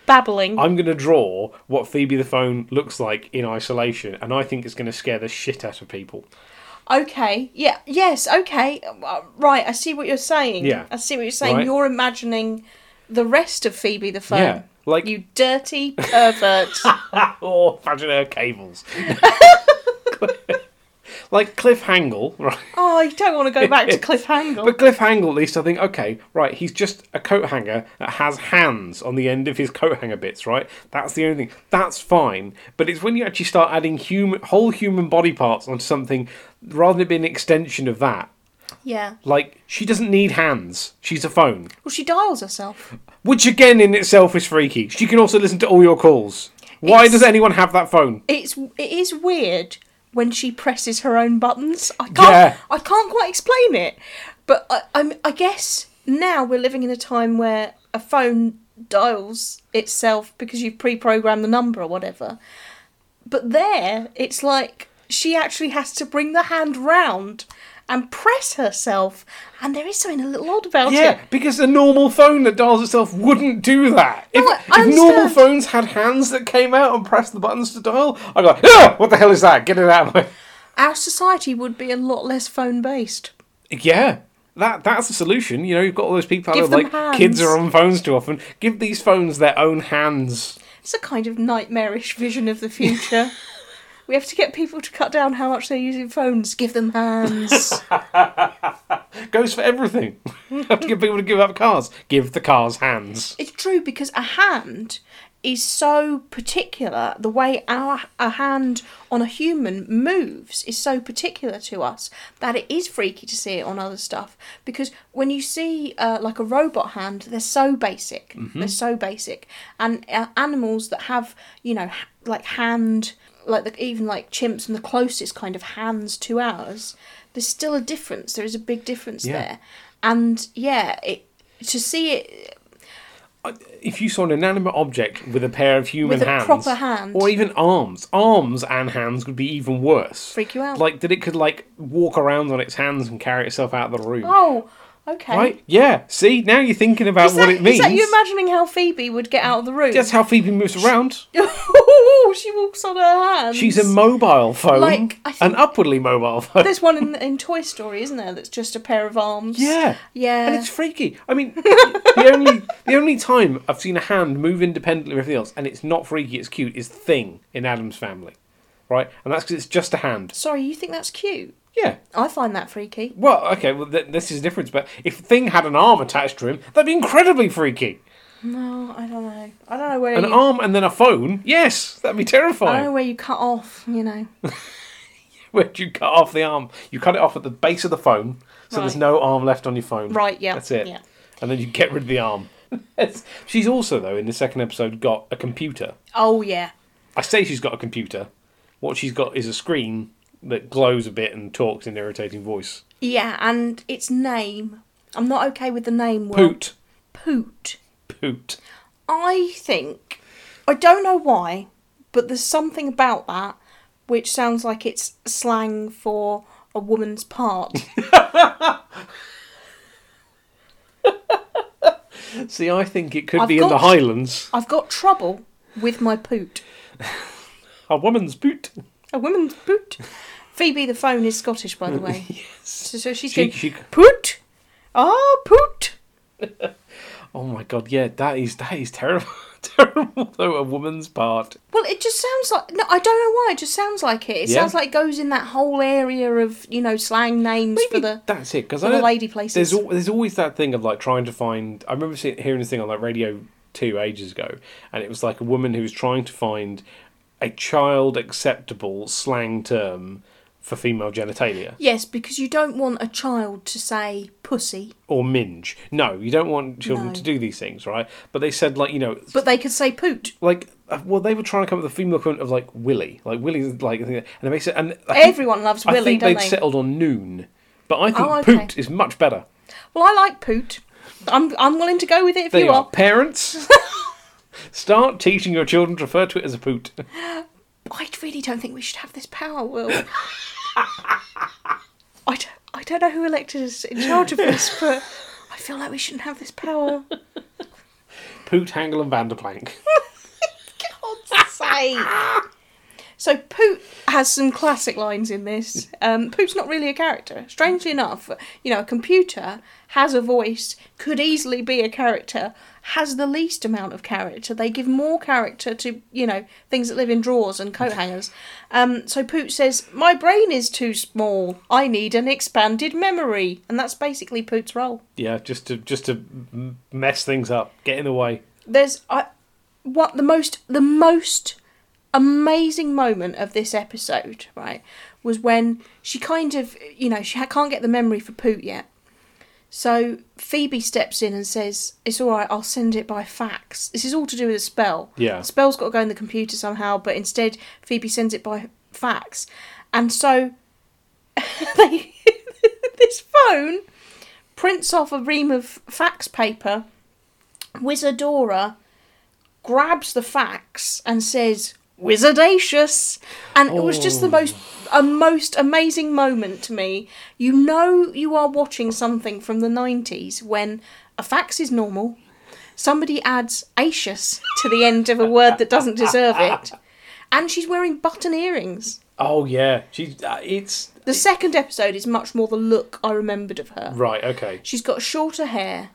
babbling. I'm going to draw what Phoebe the phone looks like in isolation, and I think it's going to scare the shit out of people. Okay. Yeah. Yes. Okay. Uh, Right. I see what you're saying. Yeah. I see what you're saying. Right. You're imagining the rest of Phoebe the phone. Yeah, like- you dirty pervert. Oh, imagine her cables. like Cliff Hangle, right? oh, you don't want to go back to Cliff Hangle. But Cliff Hangle, at least I think, okay, right, he's just a coat hanger that has hands on the end of his coat hanger bits, right? That's the only thing. That's fine. But it's when you actually start adding human, whole human body parts onto something, rather than it being an extension of that. yeah. Like, she doesn't need hands. She's a phone. Well, she dials herself. Which again in itself is freaky. She can also listen to all your calls. Why It's- does anyone have that phone? It's it is weird when she presses her own buttons. I can't. Yeah. I can't quite explain it. But I, I'm. I guess now we're living in a time where a phone dials itself because you've pre-programmed the number or whatever. But there, it's like she actually has to bring the hand round and press herself, and there is something a little odd about it. Yeah, because a normal phone that dials itself wouldn't do that. If, I- I if normal understand. phones had hands that came out and pressed the buttons to dial, I'd go, ah, what the hell is that? Get it out of my. Our society would be a lot less phone-based. Yeah. That, that's the solution. You know, you've got all those people out Give there, like them hands. kids are on phones too often. Give these phones their own hands. It's a kind of nightmarish vision of the future. we have to get people to cut down how much they're using phones, give them hands. Goes for everything. Have to get people to give up cars. Give the cars hands. it's true because a hand is so particular. The way our a hand on a human moves is so particular to us that it is freaky to see it on other stuff. Because when you see uh, like a robot hand, they're so basic. They're so basic, and uh, animals that have you know h- like hand like the, even like chimps and the closest kind of hands to ours, there's still a difference. There is a big difference Yeah. there, and yeah, it to see it if you saw an inanimate object with a pair of human With a hands, proper hand. or even arms, arms and hands would be even worse. Freak you out. Like that, it could like walk around on its hands and carry itself out of the room. Oh, okay. Right? Yeah. See, now you're thinking about Is what that- it means. Is that you imagining how Phoebe would get out of the room? That's how Phoebe moves around. she walks on her hands. She's a mobile phone, Like, I think- an upwardly mobile phone. There's one in, in Toy Story, isn't there? That's just a pair of arms. Yeah. Yeah. And it's freaky. I mean, the only the only time I've seen a hand move independently of everything else, and it's not freaky, it's cute, is Thing in Adam's Family, right? And that's because it's just a hand. Sorry, you think that's cute? Yeah. I find that freaky. Well, okay, well, th- this is the difference. But if Thing had an arm attached to him, that'd be incredibly freaky. No, I don't know. I don't know where An you. arm and then a phone? Yes, that'd be I don't know terrifying. where you cut off. You know. Where'd you cut off the arm? You cut it off at the base of the phone, so there's Right. no arm left on your phone. Right, yeah, That's it. yeah. And then you get rid of the arm. It's- she's also, though, in the second episode, got a computer. Oh yeah. I say she's got a computer. What she's got is a screen that glows a bit and talks in an irritating voice. Yeah, and its name. I'm not okay with the name word. Poot. Poot. Poot. I think I don't know why, but there's something about that which sounds like it's slang for a woman's part. See, I think it could I've be in got- the Highlands. I've got trouble with my poot. A woman's boot. A woman's poot. Phoebe the phone is Scottish, by the way. yes. So, so she's She- going she- poot. Ah, poot. Oh my god, yeah, that is that is terrible, terrible though a woman's part. Well, it just sounds like no. I don't know why. It just sounds like it. It Yeah. sounds like it goes in that whole area of you know slang names for the. that's it because for the lady places. There's al- there's always that thing of like trying to find. I remember seeing, hearing this thing on like Radio Two ages ago, and it was like a woman who was trying to find a child acceptable slang term for female genitalia Yes, because you don't want a child to say pussy, or minge. No, you don't want children No. to do these things, right? But they said like you know but they could say poot. like uh, well, they were trying to come up with a female equivalent of like Willy, like Willy's like, and they basically, and I think- Everyone loves I Willy, think don't they'd they? settled on Noon, but I think Oh, okay. Poot is much better. Well, I like Poot. I'm I'm willing to go with it if There you you are, are. parents. Start teaching your children to refer to it as a poot. I really don't think we should have this power, Will. I don't, I don't know who elected us in charge of this, but I feel like we shouldn't have this power. Poot, Hangle, and Vanderplank. God's sake. So Poot has some classic lines in this. Um, Poot's not really a character. Strangely enough, you know, a computer has a voice, could easily be a character, has the least amount of character. They give more character to, you know, things that live in drawers and coat hangers. Um, so Poot says, My brain is too small. I need an expanded memory. And that's basically Poot's role. Yeah, just to just to m- mess things up, get in the way. there's I, what the most the most amazing moment of this episode right was when she kind of you know she ha- can't get the memory for poot yet so phoebe steps in and says it's all right i'll send it by fax this is all to do with a spell Yeah. the spell's got to go in the computer somehow but instead phoebe sends it by fax and so they this phone prints off a ream of fax paper Wizardora grabs the fax and says, Wizardacious! And it was just the most a most amazing moment to me. You know you are watching something from the nineties when a fax is normal, somebody adds acious to the end of a word that doesn't deserve it. And she's wearing button earrings. Oh yeah, she's uh, it's The second episode is much more the look I remembered of her. right. Okay, She's got shorter hair.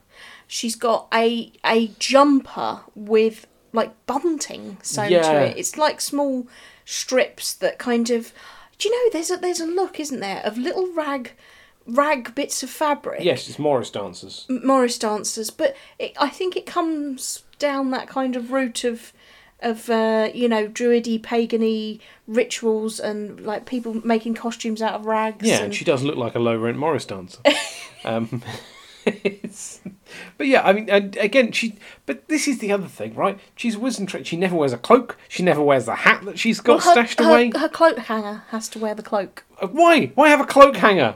She's got a a jumper with like bunting sewn Yeah. to it. It's like small strips that kind of. Do you know there's a there's a look, isn't there, of little rag rag bits of fabric. yes, it's Morris dancers. Morris dancers, but it, I think it comes down that kind of route of of uh, you know druidy pagany rituals and like people making costumes out of rags. Yeah, and- and she does look like a low rent Morris dancer. um, it's- but yeah, I mean, and again, she. But this is the other thing, right? She's a whiz and trick. She never wears a cloak. She never wears the hat that she's got Well, her- stashed her- away. her cloak hanger has to wear the cloak. Uh, Why? Why have a cloak hanger?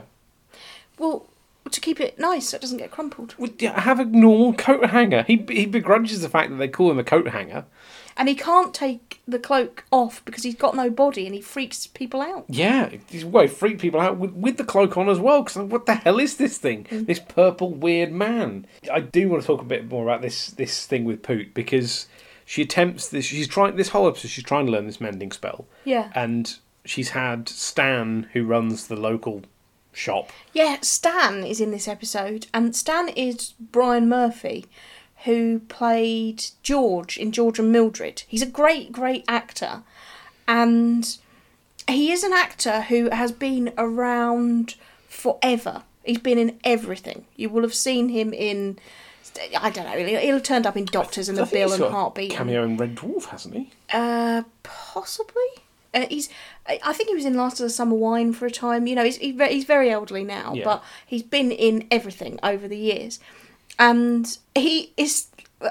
Well, to keep it nice so it doesn't get crumpled. Would- yeah, Have a normal coat hanger. He he begrudges the fact that they call him a coat hanger. And he can't take the cloak off because he's got no body and he freaks people out. Yeah, this way freak people out with, with the cloak on as well. Because what the hell is this thing? Mm. This purple weird man. I do want to talk a bit more about this this thing with Poot because she attempts this. She's trying this whole episode. She's trying to learn this mending spell. Yeah. and she's had Stan, who runs the local shop. Yeah, Stan is in this episode, and Stan is Brian Murphy, who played George in George and Mildred. He's a great, great actor, and he is an actor who has been around forever. He's been in everything. You will have seen him in. I don't know. He'll, he'll have turned up in Doctors and I the think Bill he's and got a Heartbeat. and- cameo in Red Dwarf, hasn't he? Uh, possibly. Uh, he's. I I think he was in Last of the Summer Wine for a time. You know, he's he, he's very elderly now, Yeah. but he's been in everything over the years, and he is.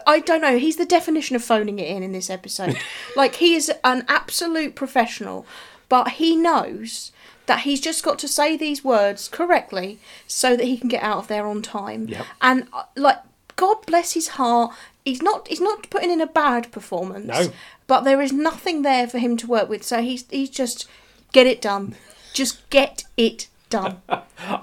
I don't know. He's the definition of phoning it in in this episode. like he is an absolute professional, but he knows that he's just got to say these words correctly so that he can get out of there on time. Yep. And uh, like, God bless his heart. He's not. He's not putting in a bad performance No. but there is nothing there for him to work with. So he's he's just get it done, just get it done.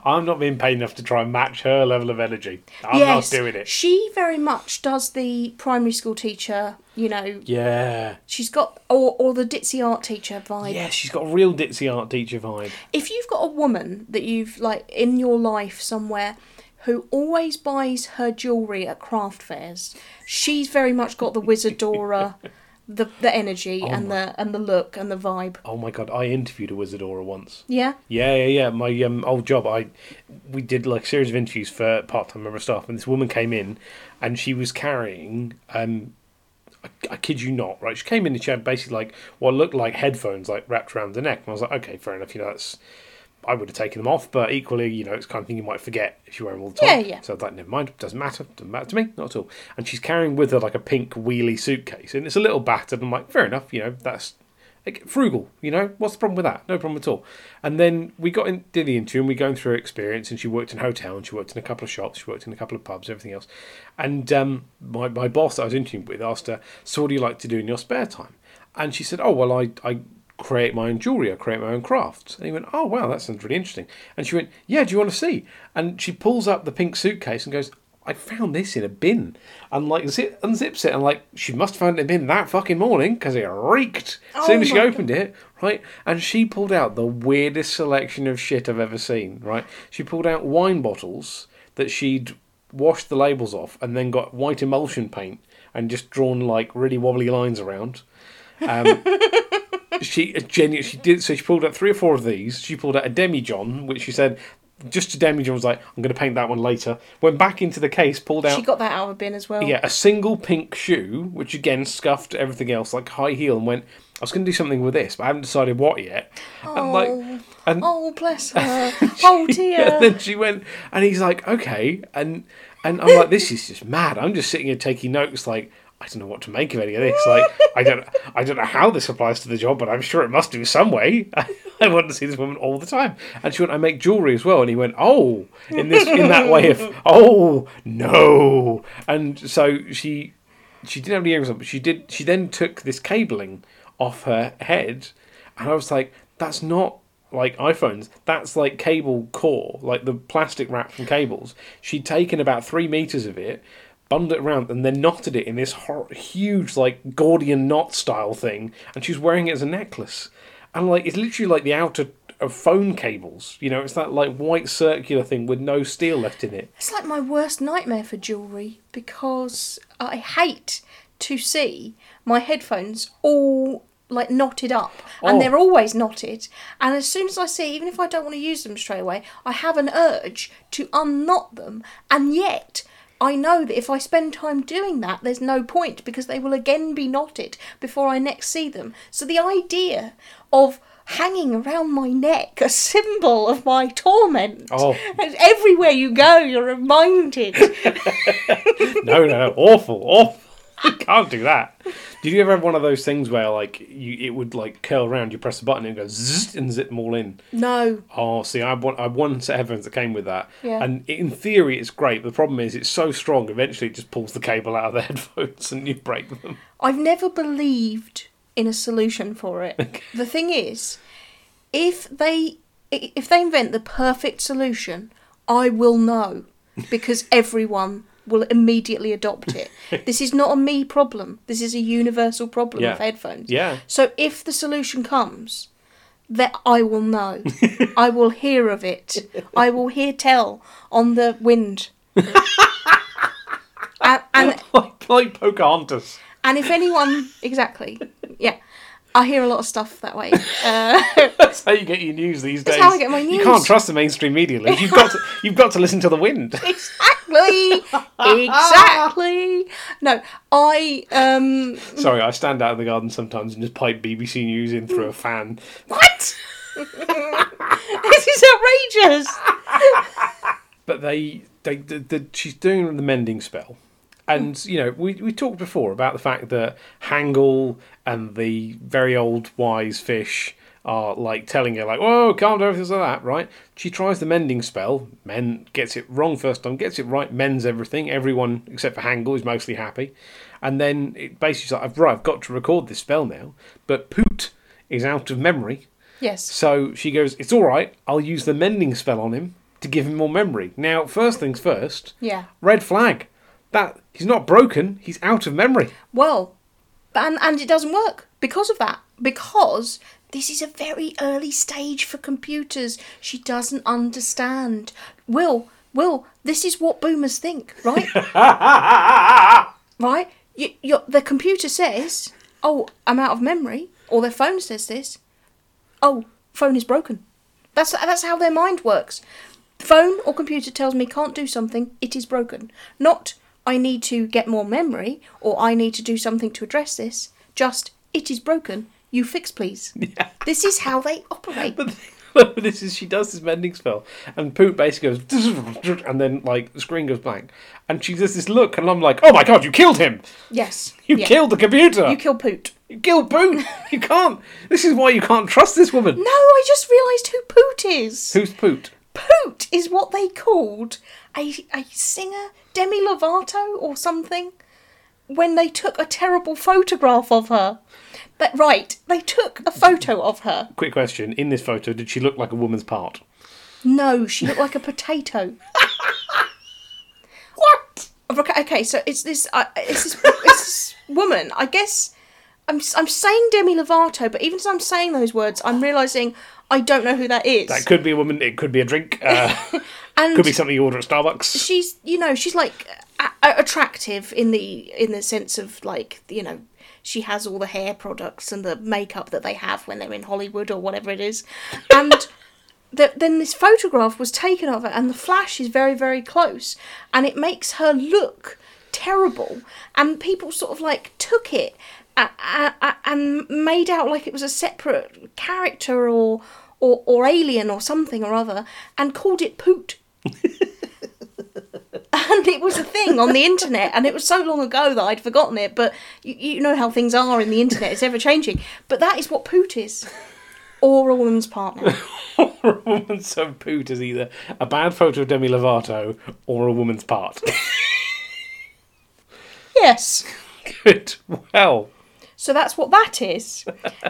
I'm not being paid enough to try and match her level of energy. I'm yes, not doing it. she very much does the primary school teacher. You know, Yeah. she's got or or the ditzy art teacher vibe. Yeah, she's got a real ditzy art teacher vibe. If you've got a woman that you've like in your life somewhere. Who always buys her jewellery at craft fairs? She's very much got the Wizardora, the the energy and the and the look and the vibe. Oh my god, I interviewed a Wizardora once. Yeah, Yeah, yeah, yeah. My um, old job, I we did like a series of interviews for part-time member of staff, and this woman came in, and she was carrying. Um, I, I kid you not, right? She came in and she had basically like what looked like headphones like wrapped around the neck, and I was like, okay, fair enough. You know, that's I would have taken them off, but equally, you know, it's the kind of thing you might forget if you wear them all the time. Yeah, yeah. So I was like, never mind, doesn't matter, doesn't matter to me, not at all. And she's carrying with her like a pink wheelie suitcase, and it's a little battered. I'm like, fair enough, you know, that's like, frugal, you know, what's the problem with that? No problem at all. And then we got in, did the interview, and we going through her experience, and she worked in a hotel, and she worked in a couple of shops, she worked in a couple of pubs, everything else. And um, my my boss that I was interviewing with asked her, so what do you like to do in your spare time? And she said, oh well, I I create my own jewelry, I create my own crafts. And he went, oh wow, that sounds really interesting. And she went, yeah, do you want to see? And she pulls up the pink suitcase and goes. I found this in a bin, and like zip, unzips it, and like she must have found it in a bin that fucking morning because it reeked. As soon Oh as she my opened it, right, and she pulled out the weirdest selection of shit I've ever seen. Right, she pulled out wine bottles that she'd washed the labels off, and then got white emulsion paint and just drawn like really wobbly lines around she genuinely she did so she pulled out three or four of these she pulled out a demijohn which she said just to demijohn was like i'm going to paint that one later went back into the case pulled out She got that out of a bin as well. yeah a single pink shoe which again scuffed everything else like high heel and went i was going to do something with this but i haven't decided what yet and like and Oh, bless her. oh, dear. and then she went, and he's like, okay, and and I'm like, this is just mad. I'm just sitting here taking notes, like I don't know what to make of any of this. Like I don't, I don't know how this applies to the job, but I'm sure it must do some way. I want to see this woman all the time, and she went, I make jewelry as well, and he went, oh, in this, in that way of, oh no, and so she, she didn't have any earrings on, but she did. She then took this cabling off her head, and I was like, that's not like iPhones, that's like cable core, like the plastic wrap from cables. She'd taken about three meters of it, bundled it around, and then knotted it in this hor- huge, like Gordian knot style thing, and she's wearing it as a necklace. And like, it's literally like the outer of phone cables. You know, it's that like white circular thing with no steel left in it. It's like my worst nightmare for jewellery because I hate to see my headphones all like knotted up and Oh. they're always knotted and as soon as i see even if i don't want to use them straight away i have an urge to unknot them and yet i know that if i spend time doing that there's no point because they will again be knotted before i next see them so the idea of hanging around my neck a symbol of my torment Oh. and everywhere you go, you're reminded. no, no, no, awful, awful. You can't do that. Did you ever have one of those things where like you it would like curl around? You press a button and it goes zzz, and zip them all in. no. Oh, see, I want I one set of headphones that came with that, Yeah. and in theory it's great. The problem is it's so strong. Eventually, it just pulls the cable out of the headphones and you break them. I've never believed in a solution for it. the thing is, if they i- if they invent the perfect solution, I will know because everyone will immediately adopt it. this is not a me problem. This is a universal problem Yeah. of headphones. Yeah. So if the solution comes, that I will know. I will hear of it. I will hear tell on the wind. and, and like like Pocahontas. and if anyone exactly, yeah, I hear a lot of stuff that way. Uh, That's how you get your news these days. how I get my You news. can't trust the mainstream media. Liz. You've got to, you've got to listen to the wind. exactly, exactly. No, I um Sorry, I stand out in the garden sometimes and just pipe BBC News in through a fan. what? this is outrageous. but they they the, the, she's doing the mending spell and you know we, we talked before about the fact that hangle and the very old wise fish are like telling her like whoa can't do everything like that right she tries the mending spell men gets it wrong first time gets it right mends everything everyone except for hangle is mostly happy and then it basically like right i've got to record this spell now but poot is out of memory Yes. so she goes, It's all right, I'll use the mending spell on him to give him more memory. Now, first things first, Yeah. red flag. That he's not broken, he's out of memory. Well, and and it doesn't work because of that. Because this is a very early stage for computers. She doesn't understand. Will, Will, this is what boomers think, right? right? You, you, the computer says, "Oh, I'm out of memory," or their phone says this. Oh, phone is broken. That's that's how their mind works. Phone or computer tells me can't do something. It is broken. Not I need to get more memory or I need to do something to address this. Just it is broken. You fix, please. this is how they operate. this is she does this mending spell, and Poot basically goes, and then like the screen goes blank, and she does this look, and I'm like, oh my god, you killed him! Yes. You yeah. killed the computer! You You, kill Poot. killed Poot! you can't. This is why you can't trust this woman. No, I just realised who Poot is. Who's Poot? Poot is what they called a, a singer, Demi Lovato or something, when they took a terrible photograph of her. But right, they took a photo of her. Quick question: In this photo, did she look like a woman's part? No, she looked like a potato. What? Okay, okay, so it's this, uh, it's this, it's this woman. I guess I'm I'm saying Demi Lovato, but even as I'm saying those words, I'm realizing I don't know who that is. That could be a woman. It could be a drink. Uh, and could be something you order at Starbucks. she's you know she's like a- a- attractive in the in the sense of like you know she has all the hair products and the makeup that they have when they're in Hollywood or whatever it is, and th- then this photograph was taken of her, and the flash is very very close, and it makes her look terrible, and people sort of like took it. a- a- a- And made out like it was a separate character or, or or alien or something or other, and called it poot and it was a thing on the internet and it was so long ago that i'd forgotten it but you, you know how things are in the internet it's ever changing but that is what poot is or a woman's partner or a woman's so poot is either a bad photo of Demi Lovato or a woman's part. yes Good. Well, so that's what that is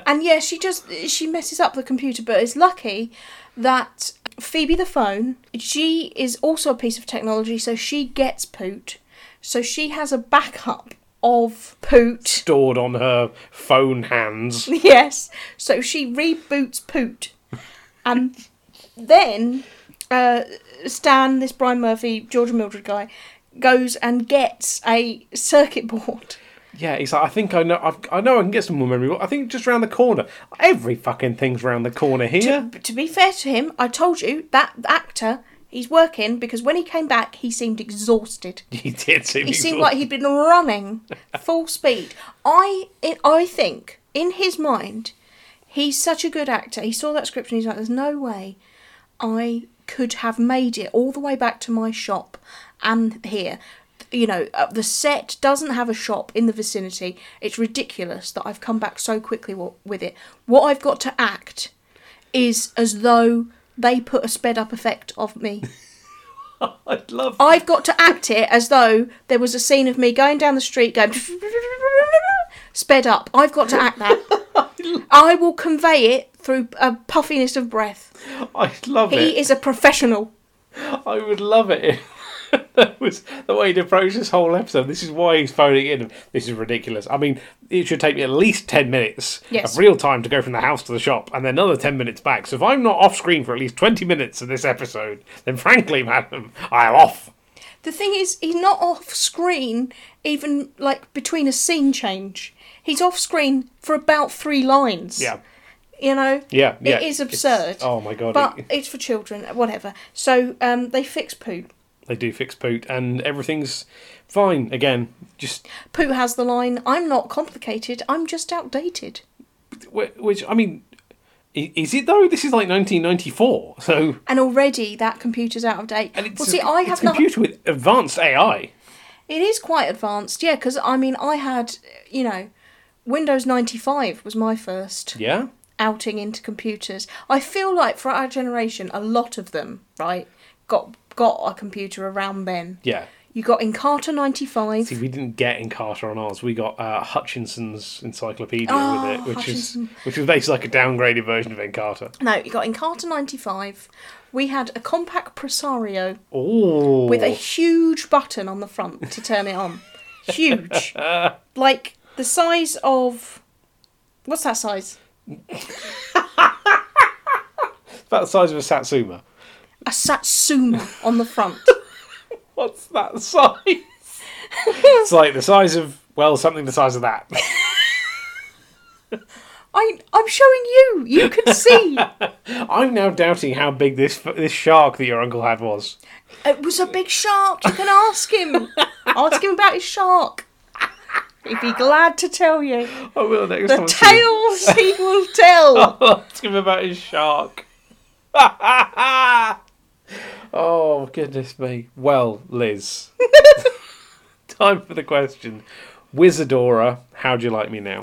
and yeah she just she messes up the computer but is lucky that phoebe the phone she is also a piece of technology so she gets poot so she has a backup of poot stored on her phone hands. Yes. So she reboots Poot. And then uh, Stan, this Brian Murphy, George and Mildred guy, goes and gets a circuit board. Yeah, he's like, I think I know. I've, I know I can get some more memory. but I think just round the corner. Every fucking thing's round the corner here. To, to be fair to him, I told you that actor, he's working because when he came back, he seemed exhausted. he did seem. He seemed like he'd been running full speed. I, I- I think in his mind, he's such a good actor. He saw that script and he's like, "There's no way I could have made it all the way back to my shop and here." You know, uh, the set doesn't have a shop in the vicinity. It's ridiculous that I've come back so quickly wa- with it. What I've got to act is as though they put a sped up effect of me. I'd love. I've got to act it as though there was a scene of me going down the street going sped up. I've got to act that. I will convey it through a puffiness of breath. I'd love it. He is a professional. I would love it. if- that was the way he'd approach this whole episode. This is why he's phoning in. This is ridiculous. I mean, it should take me at least 10 minutes Yes. of real time to go from the house to the shop and then another 10 minutes back. So if I'm not off screen for at least 20 minutes of this episode, then frankly, madam, I'm off. The thing is, he's not off screen even like between a scene change. He's off screen for about three lines. Yeah. You know? Yeah, yeah, It is it's- absurd. oh my God, But it- it's for children, whatever. So um, they fix poo. They do fix Poot and everything's fine again. Just Poo has the line, I'm not complicated, I'm just outdated. wh- which I mean, i- is it though? This is like 1994, so and already that computer's out of date. and it's well, a- see, I it's have a not. computer with advanced AI. It is quite advanced, yeah. Because I mean, I had, you know, Windows ninety five was my first Yeah. outing into computers. I feel like for our generation, a lot of them, right, got got a computer around then. Yeah. You got Encarta ninety five. See, we didn't get Encarta on ours. We got uh, Hutchinson's Encyclopedia Oh, with it, which Hutchinson. is which was basically like a downgraded version of Encarta. No, you got Encarta ninety five. We had a compact Presario Oh, with a huge button on the front to turn it on. Huge. like the size of what's that size? about the size of a Satsuma. A Satsuma on the front. What's that size? it's like the size of well, something the size of that. I I'm showing you. You can see. I'm now doubting how big this this shark that your uncle had was. It was a big shark. You can ask him. Ask him about his shark. He'd be glad to tell you. I will next The time. I see tales him. he will tell. I'll ask him about his shark. Oh, goodness me. Well, Liz. Time for the question. Wizardora, how do you like me now?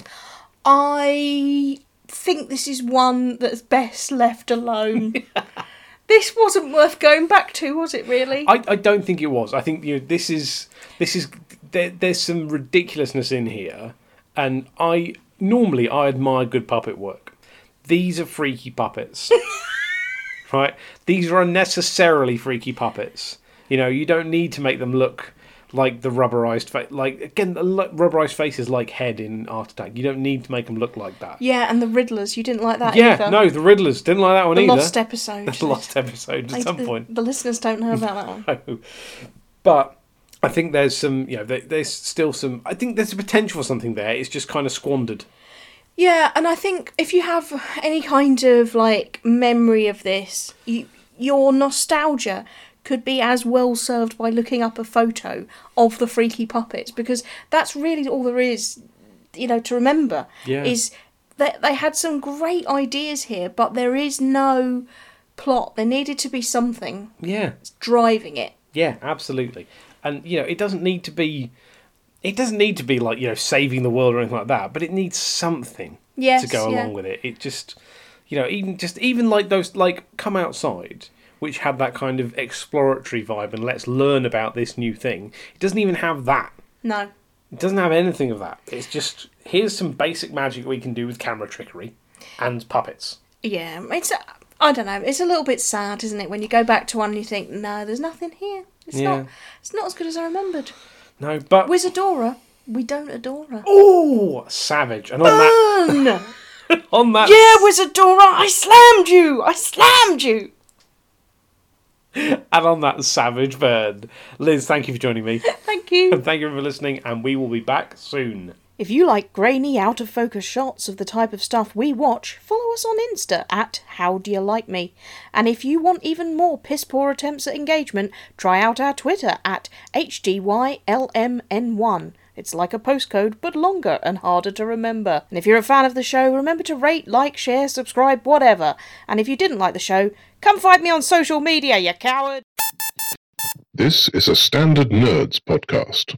I think this is one that's best left alone. this wasn't worth going back to, was it? Really? I, I don't think it was. I think you know, this is this is there, there's some ridiculousness in here, and I normally I admire good puppet work. These are freaky puppets, right? These are unnecessarily freaky puppets. You know, you don't need to make them look like the rubberized face. Like again, the lu- rubberized faces like head in Art Attack. You don't need to make them look like that. yeah, and the Riddlers. You didn't like that Yeah, either. no, the Riddlers didn't like that one the either. lost episode. the lost episode at Like, some the, point. the listeners don't know about that one. but I think there's some, you know, there, there's still some. I think there's a potential for something there. It's just kind of squandered. Yeah, and I think if you have any kind of like memory of this, you, your nostalgia could be as well served by looking up a photo of the freaky puppets because that's really all there is, you know, to remember. Yeah. Is that they had some great ideas here, but there is no plot. There needed to be something Yeah, driving it. yeah, absolutely. And you know, it doesn't need to be. It doesn't need to be like you know saving the world or anything like that, but it needs something Yes, to go yeah. along with it. It just, you know, even just even like those like come outside, which had that kind of exploratory vibe and let's learn about this new thing. It doesn't even have that. No. It doesn't have anything of that. It's just here's some basic magic we can do with camera trickery and puppets. Yeah, it's a, I don't know. It's a little bit sad, isn't it, when you go back to one and you think, no, there's nothing here. It's Yeah. not. It's not as good as I remembered. No, but Wizardora, we don't adore her. oh, savage! And on that, Burn! on that, yeah, Wizardora, I slammed you. I slammed you. and on that savage bird, Liz. Thank you for joining me, Thank you. and thank you for listening. And we will be back soon. If you like grainy, out of focus shots of the type of stuff we watch, follow us on Insta at How Do You Like Me. And if you want even more piss poor attempts at engagement, try out our Twitter at HDYLMN1. It's like a postcode, but longer and harder to remember. And if you're a fan of the show, remember to rate, like, share, subscribe, whatever. And if you didn't like the show, come find me on social media, you coward! This is a Standard Nerds podcast.